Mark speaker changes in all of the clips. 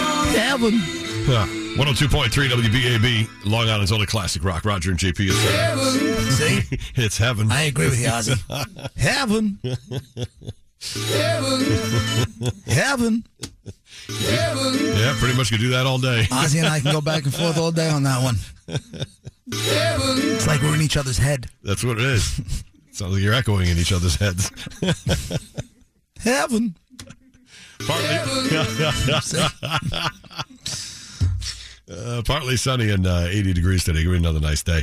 Speaker 1: heaven.
Speaker 2: Yeah. 102.3 WBAB, Long Island's only classic rock. Roger and JP is
Speaker 1: See?
Speaker 2: It's heaven.
Speaker 1: I agree with you, Ozzy. Heaven. Heaven. Heaven.
Speaker 2: Yeah, pretty much could do that all day.
Speaker 1: Ozzy and I can go back and forth all day on that one. It's like we're in each other's head.
Speaker 2: That's what it is. Sounds like you're echoing in each other's heads.
Speaker 1: Heaven.
Speaker 2: Partly, uh, partly sunny and uh, 80 degrees today. Give it another nice day.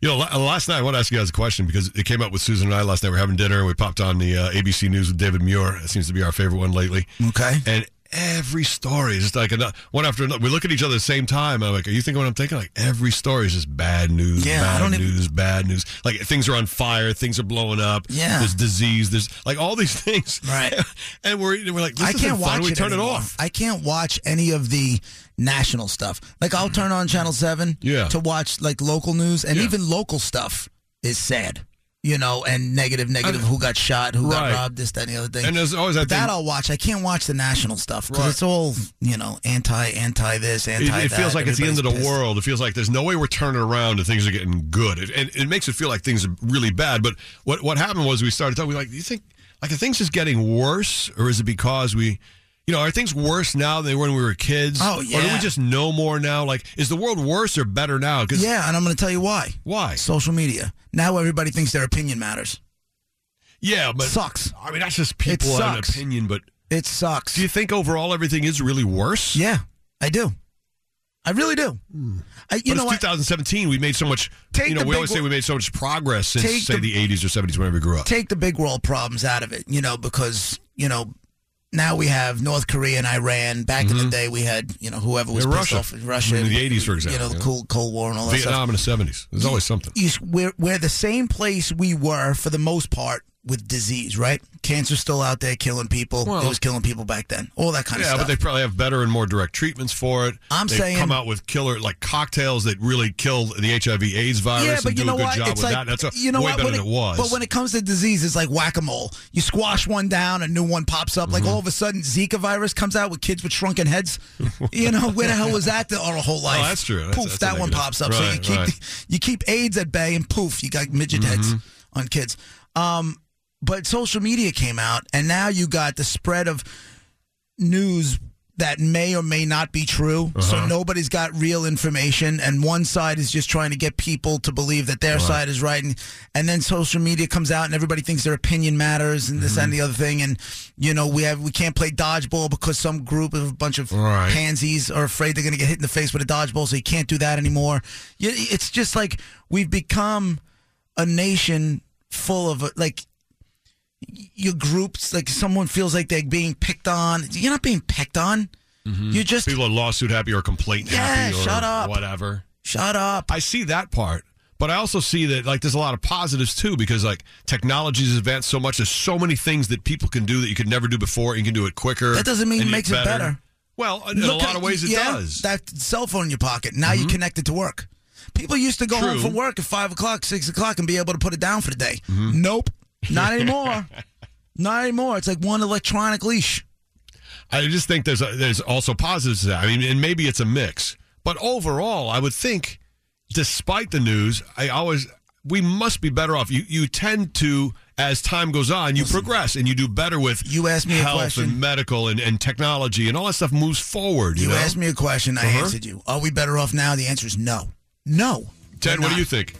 Speaker 2: You know, la- uh, last night I want to ask you guys a question because it came up with Susan and I last night. We are having dinner and we popped on the uh, ABC News with David Muir. That seems to be our favorite one lately.
Speaker 1: Okay.
Speaker 2: And every story is just like ano- one after another. We look at each other at the same time. And I'm like, are you thinking what I'm thinking? Like every story is just bad news,
Speaker 1: Yeah, I
Speaker 2: bad
Speaker 1: don't even-
Speaker 2: news, bad news. Like things are on fire, things are blowing up.
Speaker 1: Yeah.
Speaker 2: there's disease. There's like all these things.
Speaker 1: Right.
Speaker 2: and we're and we're like, this
Speaker 1: I can't
Speaker 2: isn't
Speaker 1: watch
Speaker 2: fun. We
Speaker 1: it
Speaker 2: turn
Speaker 1: anymore.
Speaker 2: it off.
Speaker 1: I can't watch any of the national stuff. Like I'll turn on channel 7
Speaker 2: Yeah.
Speaker 1: to watch like local news and
Speaker 2: Yeah.
Speaker 1: even local stuff is sad. You know, and negative, negative, who got shot, who
Speaker 2: Right.
Speaker 1: got robbed, this, that, and the other thing.
Speaker 2: And there's always that
Speaker 1: But that
Speaker 2: thing-
Speaker 1: I'll watch. I can't watch the national stuff because
Speaker 2: Right.
Speaker 1: it's all you know anti, anti this, anti.
Speaker 2: It, it
Speaker 1: that.
Speaker 2: feels like it's the end of the
Speaker 1: Everybody's pissed.
Speaker 2: world. It feels like there's no way we're turning around and things are getting good. It, and it makes it feel like things are really bad. But what what happened was we started talking. We were like, do you think like are things just getting worse, or is it because we, you know, are things worse now than they were when we were kids?
Speaker 1: Oh,
Speaker 2: Or do we
Speaker 1: yeah.
Speaker 2: just know more now? Like, is the world worse or better now? Because
Speaker 1: Yeah, and I'm going to tell you why.
Speaker 2: why?
Speaker 1: Social media. Now everybody thinks their opinion matters.
Speaker 2: Yeah, but
Speaker 1: sucks.
Speaker 2: I mean that's just people have an
Speaker 1: sucks.
Speaker 2: opinion. But
Speaker 1: It sucks.
Speaker 2: do you think overall everything is really worse?
Speaker 1: yeah, I do. I really do. I, you
Speaker 2: but
Speaker 1: know
Speaker 2: it's
Speaker 1: what?
Speaker 2: 2017. We made so much.
Speaker 1: Take
Speaker 2: you know,
Speaker 1: the
Speaker 2: we
Speaker 1: big
Speaker 2: always say
Speaker 1: wo-
Speaker 2: we made so much progress since
Speaker 1: Take
Speaker 2: say
Speaker 1: the-
Speaker 2: the, 80s or 70s whenever we grew up.
Speaker 1: take the big world problems out of it, you know, because, you know, now we have North Korea and Iran. Back in the day, we had, you know, whoever was
Speaker 2: Mm-hmm. Yeah,
Speaker 1: pissed
Speaker 2: Russia.
Speaker 1: off at Russia.
Speaker 2: In the 80s,
Speaker 1: You
Speaker 2: for
Speaker 1: know,
Speaker 2: example,
Speaker 1: the
Speaker 2: yeah.
Speaker 1: cool Cold War and all that stuff.
Speaker 2: Vietnam in the 70s. There's always something.
Speaker 1: You s- we're, we're the same place we were for the most part with disease, right? Cancer's still out there killing people.
Speaker 2: Well-
Speaker 1: it was killing people back then. All that kind of
Speaker 2: Yeah,
Speaker 1: stuff.
Speaker 2: but they probably have better and more direct treatments for it.
Speaker 1: I'm
Speaker 2: They've
Speaker 1: saying-
Speaker 2: come out with killer like cocktails that really kill the HIV/AIDS virus
Speaker 1: yeah,
Speaker 2: and
Speaker 1: but
Speaker 2: do
Speaker 1: you know
Speaker 2: a good
Speaker 1: what?
Speaker 2: job
Speaker 1: It's like
Speaker 2: with that. That's a,
Speaker 1: you know
Speaker 2: way
Speaker 1: what?
Speaker 2: better
Speaker 1: When
Speaker 2: than it was.
Speaker 1: But when it comes to disease, it's like whack a mole. You squash one down, a new one pops up. Like
Speaker 2: Mm-hmm.
Speaker 1: all of a sudden, Zika virus comes out with kids with shrunken heads. you know where the hell was that the, our whole life?
Speaker 2: Oh, that's true. That's-
Speaker 1: poof,
Speaker 2: that's a
Speaker 1: that one
Speaker 2: negative.
Speaker 1: pops up. so you
Speaker 2: Right,
Speaker 1: keep
Speaker 2: right. Mm-hmm.
Speaker 1: you keep AIDS at bay, and poof, you got midget heads on kids. Um, but social media came out, and now you got the spread of news that may or may not be true. So nobody's got real information, and one side is just trying to get people to believe that their side is right, and, and then social media comes out, and everybody thinks their opinion matters, and this and the other thing, and you know we have we can't play dodgeball because some group of a bunch of
Speaker 2: Right.
Speaker 1: pansies are afraid they're going to get hit in the face with a dodgeball, so you can't do that anymore. You- It's just like we've become a nation full of like your groups like someone feels like they're being picked on you're not being picked on you're just
Speaker 2: Mm-hmm. people are lawsuit happy or complaint
Speaker 1: Yeah,
Speaker 2: happy or
Speaker 1: shut up.
Speaker 2: whatever.
Speaker 1: shut up
Speaker 2: I see that part, but I also see that like there's a lot of positives too because like technology has advanced so much. There's so many things that people can do that you could never do before, and you can do it quicker.
Speaker 1: That doesn't mean
Speaker 2: and
Speaker 1: it
Speaker 2: yet
Speaker 1: makes it better.
Speaker 2: Well, in a
Speaker 1: Look
Speaker 2: lot
Speaker 1: at-
Speaker 2: of ways it
Speaker 1: yeah,
Speaker 2: does. Mm-hmm.
Speaker 1: that cell phone in your pocket now you're connected to work people used to go home
Speaker 2: True.
Speaker 1: from work at five o'clock six o'clock and be able to put it down for the day
Speaker 2: Mm-hmm.
Speaker 1: nope not anymore not anymore it's like one electronic leash
Speaker 2: I just think there's a, there's also positives to that. I mean, and maybe it's a mix, but overall, I would think, despite the news, I always we must be better off. You you tend to as time goes on, you progress and you do better with
Speaker 1: You asked me a
Speaker 2: health and
Speaker 1: question.
Speaker 2: medical and, and technology and all that stuff moves forward.
Speaker 1: you
Speaker 2: You, know?
Speaker 1: asked me a question i
Speaker 2: Uh-huh.
Speaker 1: answered you are we better off now the answer is no no
Speaker 2: Ted,
Speaker 1: we're
Speaker 2: what do
Speaker 1: not.
Speaker 2: you think?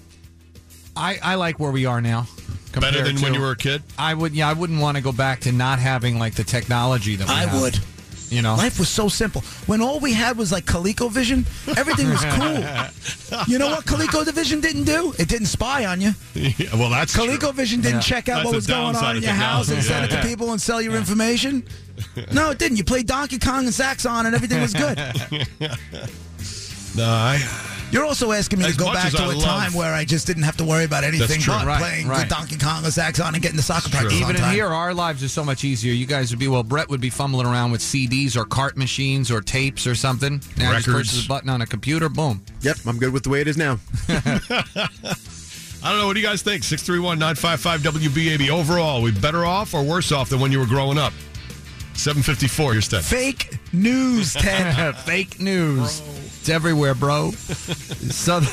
Speaker 3: I, I like where we are now. compared
Speaker 2: Better than
Speaker 3: to-
Speaker 2: when you were a kid?
Speaker 3: I would yeah, I wouldn't want to go back to not having like the technology that we
Speaker 1: i
Speaker 3: have,
Speaker 1: would
Speaker 3: You know.
Speaker 1: Life was so simple. When all we had was like ColecoVision, everything was cool. you know what ColecoVision didn't do? It didn't spy on you.
Speaker 2: Yeah, well, that's true.
Speaker 1: ColecoVision didn't
Speaker 3: Yeah.
Speaker 1: check out
Speaker 2: That's
Speaker 1: what
Speaker 2: the
Speaker 1: was going
Speaker 2: downside
Speaker 1: on in
Speaker 2: of
Speaker 1: your house and
Speaker 2: technology.
Speaker 1: send it
Speaker 2: Yeah,
Speaker 1: to
Speaker 2: yeah.
Speaker 1: people and sell your information. No, it didn't. You played Donkey Kong and Saxon and everything was good.
Speaker 2: No, I,
Speaker 1: You're also asking me
Speaker 2: As
Speaker 1: to go
Speaker 2: much
Speaker 1: back
Speaker 2: as
Speaker 1: to
Speaker 2: I
Speaker 1: a
Speaker 2: love-
Speaker 1: time where I just didn't have to worry about anything
Speaker 2: true.
Speaker 1: but
Speaker 3: Right,
Speaker 1: playing
Speaker 3: right.
Speaker 1: good Donkey Kong and Saxon and getting the soccer practice on
Speaker 2: true.
Speaker 3: Even in
Speaker 1: time.
Speaker 3: here, our lives are so much easier. You guys would be well. Brett would be fumbling around with CDs or cart machines or tapes or something. Now he just
Speaker 2: Records.
Speaker 3: pushes a button on a computer. Boom.
Speaker 4: Yep, I'm good with the way it is now.
Speaker 2: I don't know. What do you guys think? 631 955 WBAB. Overall, we better off or worse off than when you were growing up? 754, here's Ted.
Speaker 1: Fake news, Ted.
Speaker 3: Fake news. It's everywhere, bro. Southern.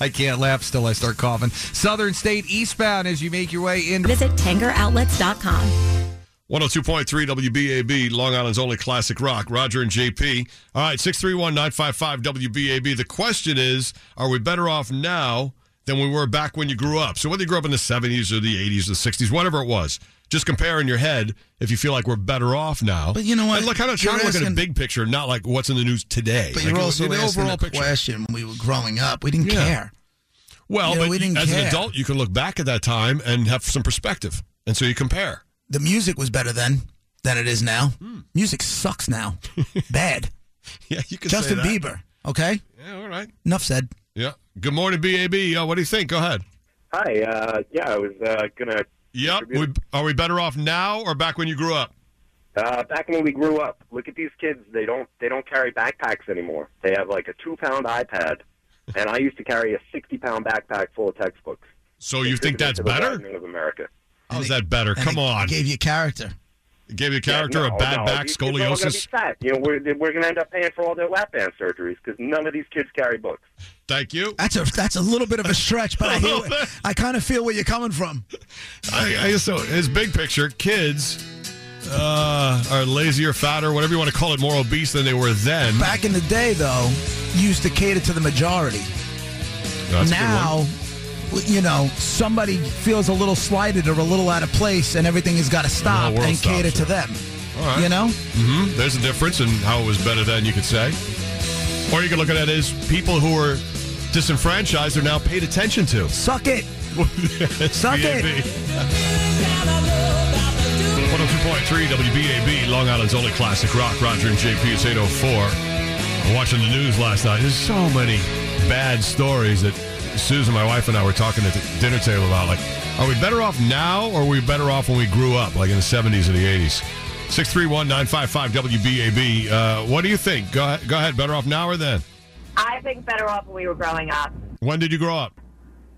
Speaker 3: I can't laugh still. I start coughing. Southern State eastbound as you make your way into.
Speaker 4: Visit TangerOutlets.com.
Speaker 2: 102.3 WBAB, Long Island's only classic rock. Roger and JP. All right, 631 955 WBAB. The question is are we better off now than we were back when you grew up? So, whether you grew up in the 70s or the 80s or the 60s, whatever it was, just compare in your head if you feel like we're better off now.
Speaker 1: But you know what?
Speaker 2: And look, I'm not
Speaker 1: You're
Speaker 2: trying to look at a
Speaker 1: asking-
Speaker 2: big picture, not like what's in the news today.
Speaker 1: But
Speaker 2: Like,
Speaker 1: you're
Speaker 2: look
Speaker 1: also
Speaker 2: at the
Speaker 1: asking
Speaker 2: overall
Speaker 1: the
Speaker 2: picture.
Speaker 1: question when we were growing up. We didn't
Speaker 2: Yeah.
Speaker 1: care.
Speaker 2: Well,
Speaker 1: You know,
Speaker 2: but
Speaker 1: we didn't
Speaker 2: as an
Speaker 1: care.
Speaker 2: adult, you can look back at that time and have some perspective. And so you compare.
Speaker 1: The music was better then than it is now.
Speaker 2: Hmm.
Speaker 1: Music sucks now. Bad.
Speaker 2: Yeah, you can
Speaker 1: Justin
Speaker 2: say that.
Speaker 1: Bieber. Okay?
Speaker 2: Yeah, all right.
Speaker 1: Enough said.
Speaker 2: Yeah. Good morning, BAB. Uh, what do you think? Go ahead.
Speaker 5: Hi. Uh, yeah, I was uh, gonna.
Speaker 2: Yep. We, are we better off now or back when you grew up?
Speaker 5: Uh, back when we grew up, look at these kids. They don't. They don't carry backpacks anymore. They have like a two-pound iPad, and I used to carry a sixty-pound backpack full of textbooks.
Speaker 2: So Oh, you think
Speaker 5: Contributed
Speaker 2: that's
Speaker 5: to the
Speaker 2: better?
Speaker 5: Widening Of America.
Speaker 2: How's that better?
Speaker 1: And
Speaker 2: Come
Speaker 1: it
Speaker 2: on.
Speaker 1: Gave you character.
Speaker 2: Gave you a character,
Speaker 5: Yeah, no,
Speaker 2: a bad
Speaker 5: no,
Speaker 2: back,
Speaker 5: these kids are all gonna be
Speaker 2: scoliosis.
Speaker 5: fat. You know, we're we're gonna end up paying for all their lap band surgeries because none of these kids carry books.
Speaker 2: Thank you.
Speaker 1: That's a that's a little bit of a stretch, but I hear, I kind of feel where you're coming from.
Speaker 2: I, I just so his big picture, kids uh, are lazier, fatter, whatever you want to call it, more obese than they were then.
Speaker 1: Back in the day, though, you used to cater to the majority.
Speaker 2: That's a good one.
Speaker 1: now, w- you know, somebody feels a little slighted or a little out of place, and everything has got to stop
Speaker 2: world
Speaker 1: and
Speaker 2: stops,
Speaker 1: cater
Speaker 2: yeah.
Speaker 1: to them.
Speaker 2: All right.
Speaker 1: You know,
Speaker 2: Mhm. There's a difference in how it was better then, you could say. Or you could look at it as people who were disenfranchised are now paid attention to.
Speaker 1: suck it. Suck it.
Speaker 2: WBAB. 102.3 WBAB, Long Island's only classic rock. Roger and JP, it's 804. I'm watching the news last night. There's so many bad stories that Susan, my wife, and I were talking at the dinner table about. Like, are we better off now or are we better off when we grew up, like in the 70s or the 80s? 631 955 WBAB. Uh, what do you think? Go, ahe- go ahead. Better off now or then?
Speaker 6: I think better off when we were growing up.
Speaker 2: When did you grow up?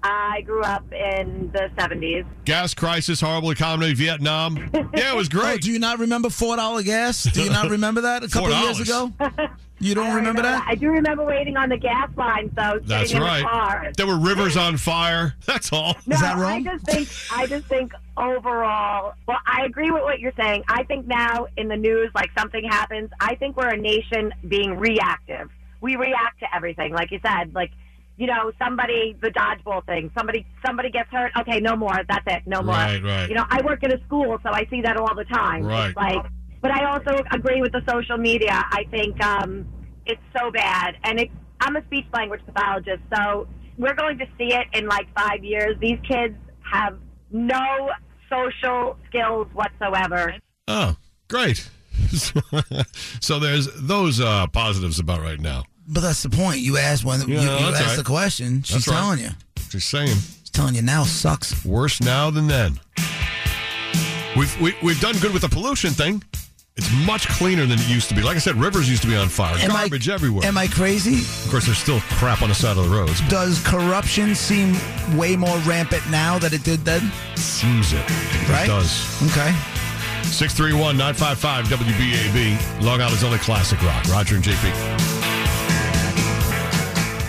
Speaker 6: I grew up in the 70s.
Speaker 2: Gas crisis, horrible economy, Vietnam. Yeah, it was
Speaker 1: Oh,
Speaker 2: great.
Speaker 1: do you not remember four dollar gas? Do you not remember that a couple of years ago?
Speaker 2: $4.
Speaker 1: You don't remember that?
Speaker 6: I do remember waiting on the gas lines, though,
Speaker 2: That's
Speaker 6: sitting in the
Speaker 2: right.
Speaker 6: car.
Speaker 2: There were rivers on fire. That's all.
Speaker 6: No,
Speaker 1: that wrong?
Speaker 6: I just think I just think overall. Well, I agree with what you're saying. I think now in the news, like something happens, I think we're a nation being reactive. We react to everything, like you said. Like you know, somebody the dodgeball thing. Somebody somebody gets hurt. Okay, no more. That's it. No more.
Speaker 2: Right, right.
Speaker 6: You know, I work at a school, so I see that all the time.
Speaker 2: Right.
Speaker 6: It's like, but I also agree with the social media. I think um, it's so bad, and it's. I'm a speech language pathologist, so we're going to see it in like five years. These kids have no social skills whatsoever.
Speaker 2: Oh, great. so there's those uh, positives about right now.
Speaker 1: But that's the point. You asked when you,
Speaker 2: Yeah,
Speaker 1: you
Speaker 2: that's
Speaker 1: asked
Speaker 2: right.
Speaker 1: the question. She's
Speaker 2: That's right.
Speaker 1: telling you.
Speaker 2: Just saying,
Speaker 1: She's telling you now sucks.
Speaker 2: worse now than then. We've we, we've done good with the pollution thing. It's much cleaner than it used to be. Like I said, rivers used to be on fire,
Speaker 1: Am I-
Speaker 2: garbage everywhere.
Speaker 1: Am I crazy?
Speaker 2: of course, there's still crap on the side of the roads.
Speaker 1: Does corruption seem way more rampant now than it did then?
Speaker 2: Seems it.
Speaker 1: Right?
Speaker 2: It does.
Speaker 1: Okay.
Speaker 2: 631 955 WBAB, Long Island's only classic rock. Roger and JP.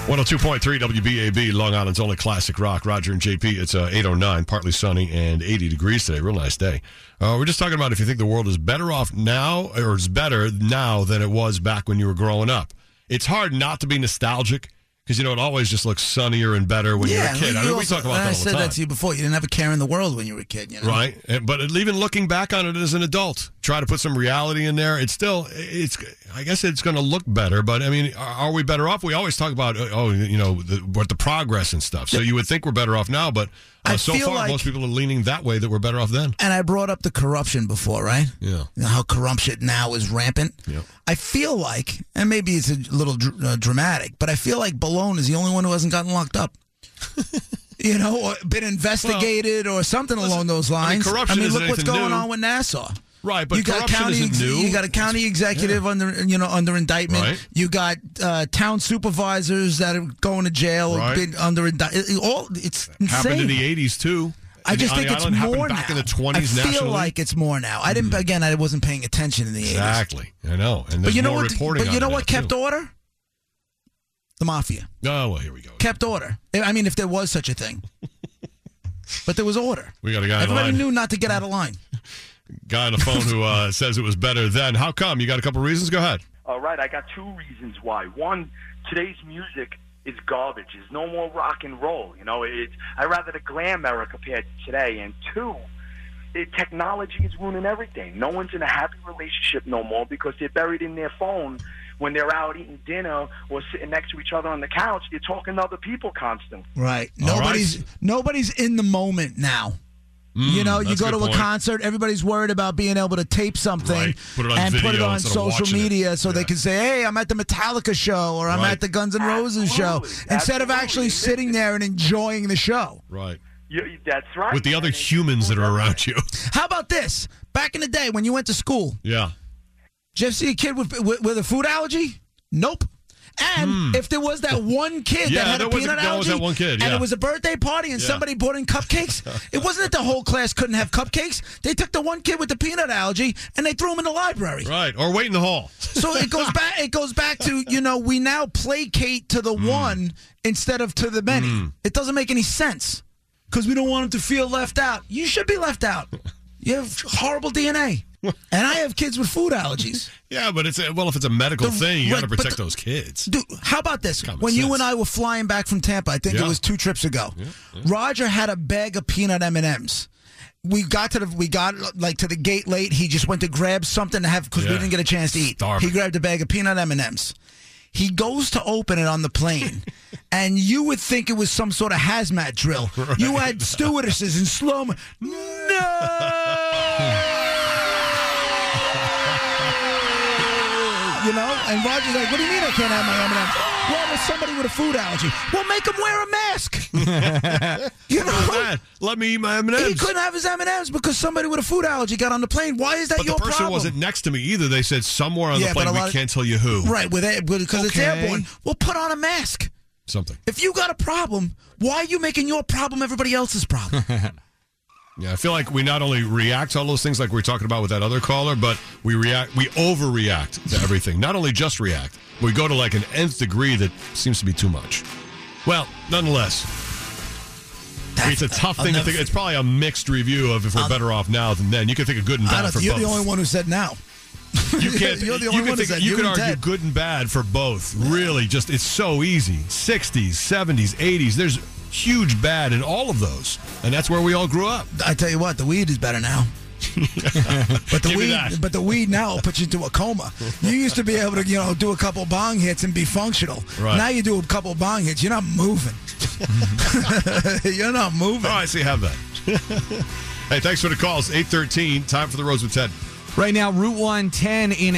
Speaker 2: 102.3 WBAB, Long Island's only classic rock. Roger and JP. It's uh, 809, partly sunny and 80 degrees today. Real nice day. Uh, we're just talking about if you think the world is better off now or is better now than it was back when you were growing up. It's hard not to be nostalgic because, you know, it always just looks sunnier and better when you're a kid. I mean, we
Speaker 1: also-
Speaker 2: talk about
Speaker 1: and I
Speaker 2: that all the
Speaker 1: said
Speaker 2: time.
Speaker 1: that to you before. You didn't have a care in the world when you were a kid. You know?
Speaker 2: Right. And- But even looking back on it as an adult, try to put some reality in there. It's still, it's, I guess it's going to look better, but I mean, are are we better off? We always talk about, oh, you know, the, what the progress and stuff. So you would think we're better off now, but uh,
Speaker 1: I
Speaker 2: so
Speaker 1: feel
Speaker 2: far,
Speaker 1: like-
Speaker 2: most people are leaning that way that we're better off then.
Speaker 1: And I brought up the corruption before, right?
Speaker 2: Yeah.
Speaker 1: You know, how corruption now is rampant.
Speaker 2: Yep.
Speaker 1: I feel like, and maybe it's a little dr- uh, dramatic, but I feel like Balone is the only one who hasn't gotten locked up. you know, or been investigated or something along those
Speaker 2: I mean,
Speaker 1: lines.
Speaker 2: corruption isn't
Speaker 1: look what's
Speaker 2: anything
Speaker 1: going
Speaker 2: new.
Speaker 1: on with Nassau.
Speaker 2: Right, but
Speaker 1: you got
Speaker 2: corruption
Speaker 1: county,
Speaker 2: isn't
Speaker 1: ex-
Speaker 2: new.
Speaker 1: You got a county executive under you know under indictment.
Speaker 2: Right.
Speaker 1: You got uh, town supervisors that are going to jail or
Speaker 2: Right.
Speaker 1: been under indictment. All it's insane.
Speaker 2: Happened in the 80s, too.
Speaker 1: I
Speaker 2: in the-
Speaker 1: just
Speaker 2: on
Speaker 1: think
Speaker 2: the
Speaker 1: it's
Speaker 2: island happened
Speaker 1: more
Speaker 2: back
Speaker 1: now.
Speaker 2: in the 20s
Speaker 1: I feel
Speaker 2: nationally? Hmm.
Speaker 1: like it's more now. I didn't. Again, I wasn't paying attention in the eighties.
Speaker 2: Exactly. I know.
Speaker 1: But
Speaker 2: And there's
Speaker 1: you know
Speaker 2: more
Speaker 1: what?
Speaker 2: reporting
Speaker 1: But
Speaker 2: on
Speaker 1: you know
Speaker 2: it
Speaker 1: what
Speaker 2: now,
Speaker 1: kept
Speaker 2: too.
Speaker 1: order? The mafia
Speaker 2: Oh, well, here we go.
Speaker 1: kept order. I mean, if there was such a thing, but there was order.
Speaker 2: We got a guy in
Speaker 1: Everybody
Speaker 2: line.
Speaker 1: knew not to get out of line.
Speaker 2: guy on the phone who uh, says it was better then. How come? You got a couple reasons? Go ahead.
Speaker 7: All right, I got two reasons why. One, today's music is garbage. There's no more rock and roll. You know, it's I rather the glam era compared to today. And two, the technology is ruining everything. No one's in a happy relationship no more because they're buried in their phone when they're out eating dinner or sitting next to each other on the couch. They're talking to other people constantly.
Speaker 1: Right.
Speaker 2: All right.
Speaker 1: Nobody's nobody's in the moment now. you know, you
Speaker 2: Hmm, that's
Speaker 1: go
Speaker 2: a
Speaker 1: to
Speaker 2: good
Speaker 1: a
Speaker 2: point.
Speaker 1: concert, everybody's worried about being able to tape something
Speaker 2: Right. Put it on
Speaker 1: and put it
Speaker 2: video
Speaker 1: on
Speaker 2: instead of
Speaker 1: social
Speaker 2: watching it.
Speaker 1: media so they
Speaker 2: Yeah.
Speaker 1: can say, "Hey, I'm at the Metallica show or I'm
Speaker 2: Right.
Speaker 1: at the Guns N' Roses show"
Speaker 7: Absolutely.
Speaker 1: instead of actually
Speaker 7: Absolutely.
Speaker 1: sitting there and enjoying the show.
Speaker 2: Right.
Speaker 7: You, you- that's right.
Speaker 2: With the other
Speaker 7: And it's-
Speaker 2: humans that are around you.
Speaker 1: How about this? Back in the day when you went to school,
Speaker 2: Yeah.
Speaker 1: did you ever see a kid with with, with a food allergy? Nope. And if there was that one kid
Speaker 2: Hmm. Yeah,
Speaker 1: that had
Speaker 2: there
Speaker 1: a
Speaker 2: was a-
Speaker 1: peanut
Speaker 2: there
Speaker 1: allergy,
Speaker 2: was that one kid,
Speaker 1: and
Speaker 2: yeah.
Speaker 1: it was a birthday party, and
Speaker 2: Yeah.
Speaker 1: somebody brought in cupcakes, it wasn't that the whole class couldn't have cupcakes. They took the one kid with the peanut allergy and they threw him in the library.
Speaker 2: Right. Or wait in the hall.
Speaker 1: So it goes back. It goes back to you know we now placate to
Speaker 2: Hmm.
Speaker 1: the one instead of to the many. It doesn't make any sense because we don't want them to feel left out. You should be left out. You have horrible DNA, and I have kids with food allergies.
Speaker 2: Yeah, but it's a, well, if it's a medical
Speaker 1: The-
Speaker 2: thing, you got to
Speaker 1: right, but
Speaker 2: protect
Speaker 1: the-
Speaker 2: those kids.
Speaker 1: Dude, how about this?
Speaker 2: Common
Speaker 1: when
Speaker 2: sense.
Speaker 1: you and I were flying back from Tampa, I think
Speaker 2: Yeah.
Speaker 1: it was two trips ago. Roger had a bag of peanut M and M's. We got to the we got like to the gate late. He just went to grab something to have because
Speaker 2: Yeah.
Speaker 1: we didn't get a chance to eat.
Speaker 2: Starving.
Speaker 1: He grabbed a bag of peanut M and M's. He goes to open it on the plane, and you would think it was some sort of hazmat drill. You had stewardesses in slow mo. No. you know? And Roger's like, what do you mean I can't have my M&M's? Well, there's somebody with a food allergy. Well, make him wear a mask. you know?
Speaker 2: Dad, let me eat my M&Ms.
Speaker 1: He couldn't have his M&Ms because somebody with a food allergy got on the plane. Why is that
Speaker 2: but the
Speaker 1: your
Speaker 2: person
Speaker 1: problem?
Speaker 2: wasn't next to me either. They said somewhere on
Speaker 1: Yeah,
Speaker 2: the
Speaker 1: but
Speaker 2: plane
Speaker 1: a
Speaker 2: we
Speaker 1: lot of-
Speaker 2: can't tell you who.
Speaker 1: right, with it, because it's
Speaker 3: Okay.
Speaker 1: airborne. Well, put on a mask.
Speaker 2: Something.
Speaker 1: If you got a problem, why are you making your problem everybody else's problem?
Speaker 2: Yeah, I feel like we not only react to all those things like we were talking about with that other caller, but we react, we overreact to everything. Not only just react, we go to like an nth degree that seems to be too much. Well, nonetheless, it's a tough thing to
Speaker 1: never
Speaker 2: think. It's probably a mixed review of if we're better off now than then. You can think of good and
Speaker 1: I
Speaker 2: bad
Speaker 1: don't,
Speaker 2: for
Speaker 1: you're
Speaker 2: both.
Speaker 1: the only one who said now.
Speaker 2: You can't.
Speaker 1: You're the only
Speaker 2: you can
Speaker 1: one who
Speaker 2: think-
Speaker 1: said
Speaker 2: you
Speaker 1: you
Speaker 2: can
Speaker 1: and
Speaker 2: argue
Speaker 1: Ted.
Speaker 2: good and bad for both. Really, just it's so easy. Sixties, seventies, eighties. There's huge bad in all of those, and that's where we all grew up.
Speaker 1: I tell you what, the weed is better now. but the
Speaker 2: Give me
Speaker 1: weed,
Speaker 2: that.
Speaker 1: but the weed now puts you into a coma. You used to be able to, you know, do a couple bong hits and be functional.
Speaker 2: Right.
Speaker 1: Now you do a couple bong hits, you're not moving. you're not moving.
Speaker 2: All right, so you have that. hey, thanks for the calls. 813, time for the Rose with Ted.
Speaker 3: Right now, Route 110 in